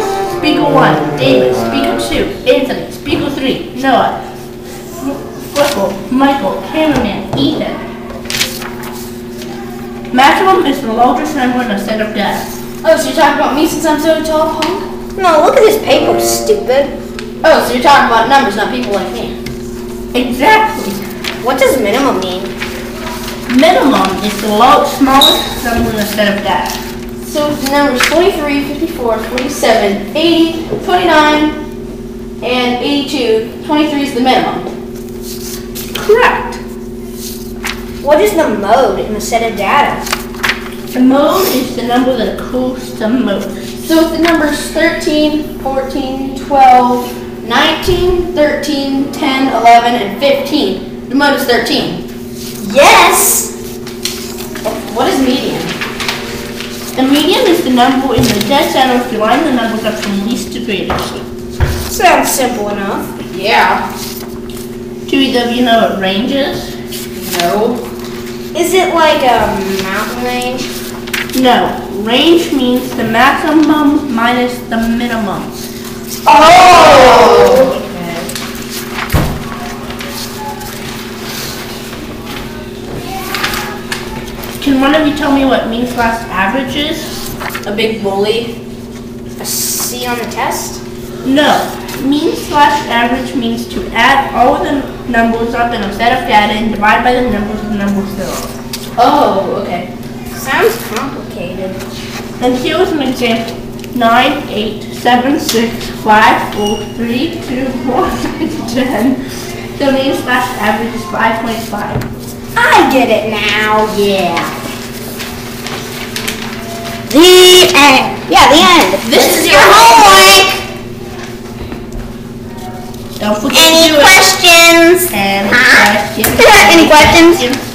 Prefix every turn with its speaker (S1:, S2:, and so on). S1: Spiegel one, David, Spiegel two, Anthony, Spiegel three, Noah, Flickle, Michael, Cameraman, Ethan. Maximum is the largest number in a set of dice.
S2: Oh, so you're talking about me since I'm so tall, punk?
S3: No, look at this paper, stupid.
S2: Oh, so you're talking about numbers, not people like me.
S1: Exactly.
S3: What does minimum mean?
S1: Minimum is the lo- smallest number in a set of dice.
S2: So the numbers 23, 54, 47, 80, 29, and 82. 23 is the minimum.
S1: Correct.
S3: What is the mode in the set of data?
S1: The mode is the number that costs the most.
S2: So it's the numbers 13, 14, 12, 19, 13, 10, 11, and 15. The mode is 13.
S3: Yes!
S2: What is median?
S1: The median is the number in the decimal if you line the numbers up from least to greatest.
S3: Sounds simple enough.
S2: Yeah.
S1: Do either of you know what range is?
S2: No.
S3: Is it like a mountain range?
S1: No. Range means the maximum minus the minimum.
S3: Oh!
S1: Can one of you tell me what mean slash average is?
S2: A big bully.
S3: A C on the test?
S1: No. Mean slash average means to add all the numbers up in a set of data and divide by the numbers of the numbers there are.
S2: Oh, okay.
S3: Sounds complicated.
S1: And here is an example. 9, 8, 7, 6, 5, 4, 3, 2, 1, 10. The mean slash average is 5.5.
S3: I get it now, yeah. The end. Yeah, the end. This, is, your homework.
S1: Don't forget to
S3: Any
S1: do it.
S3: questions? Uh-huh.
S1: And
S3: Huh?
S1: questions.
S3: Any questions?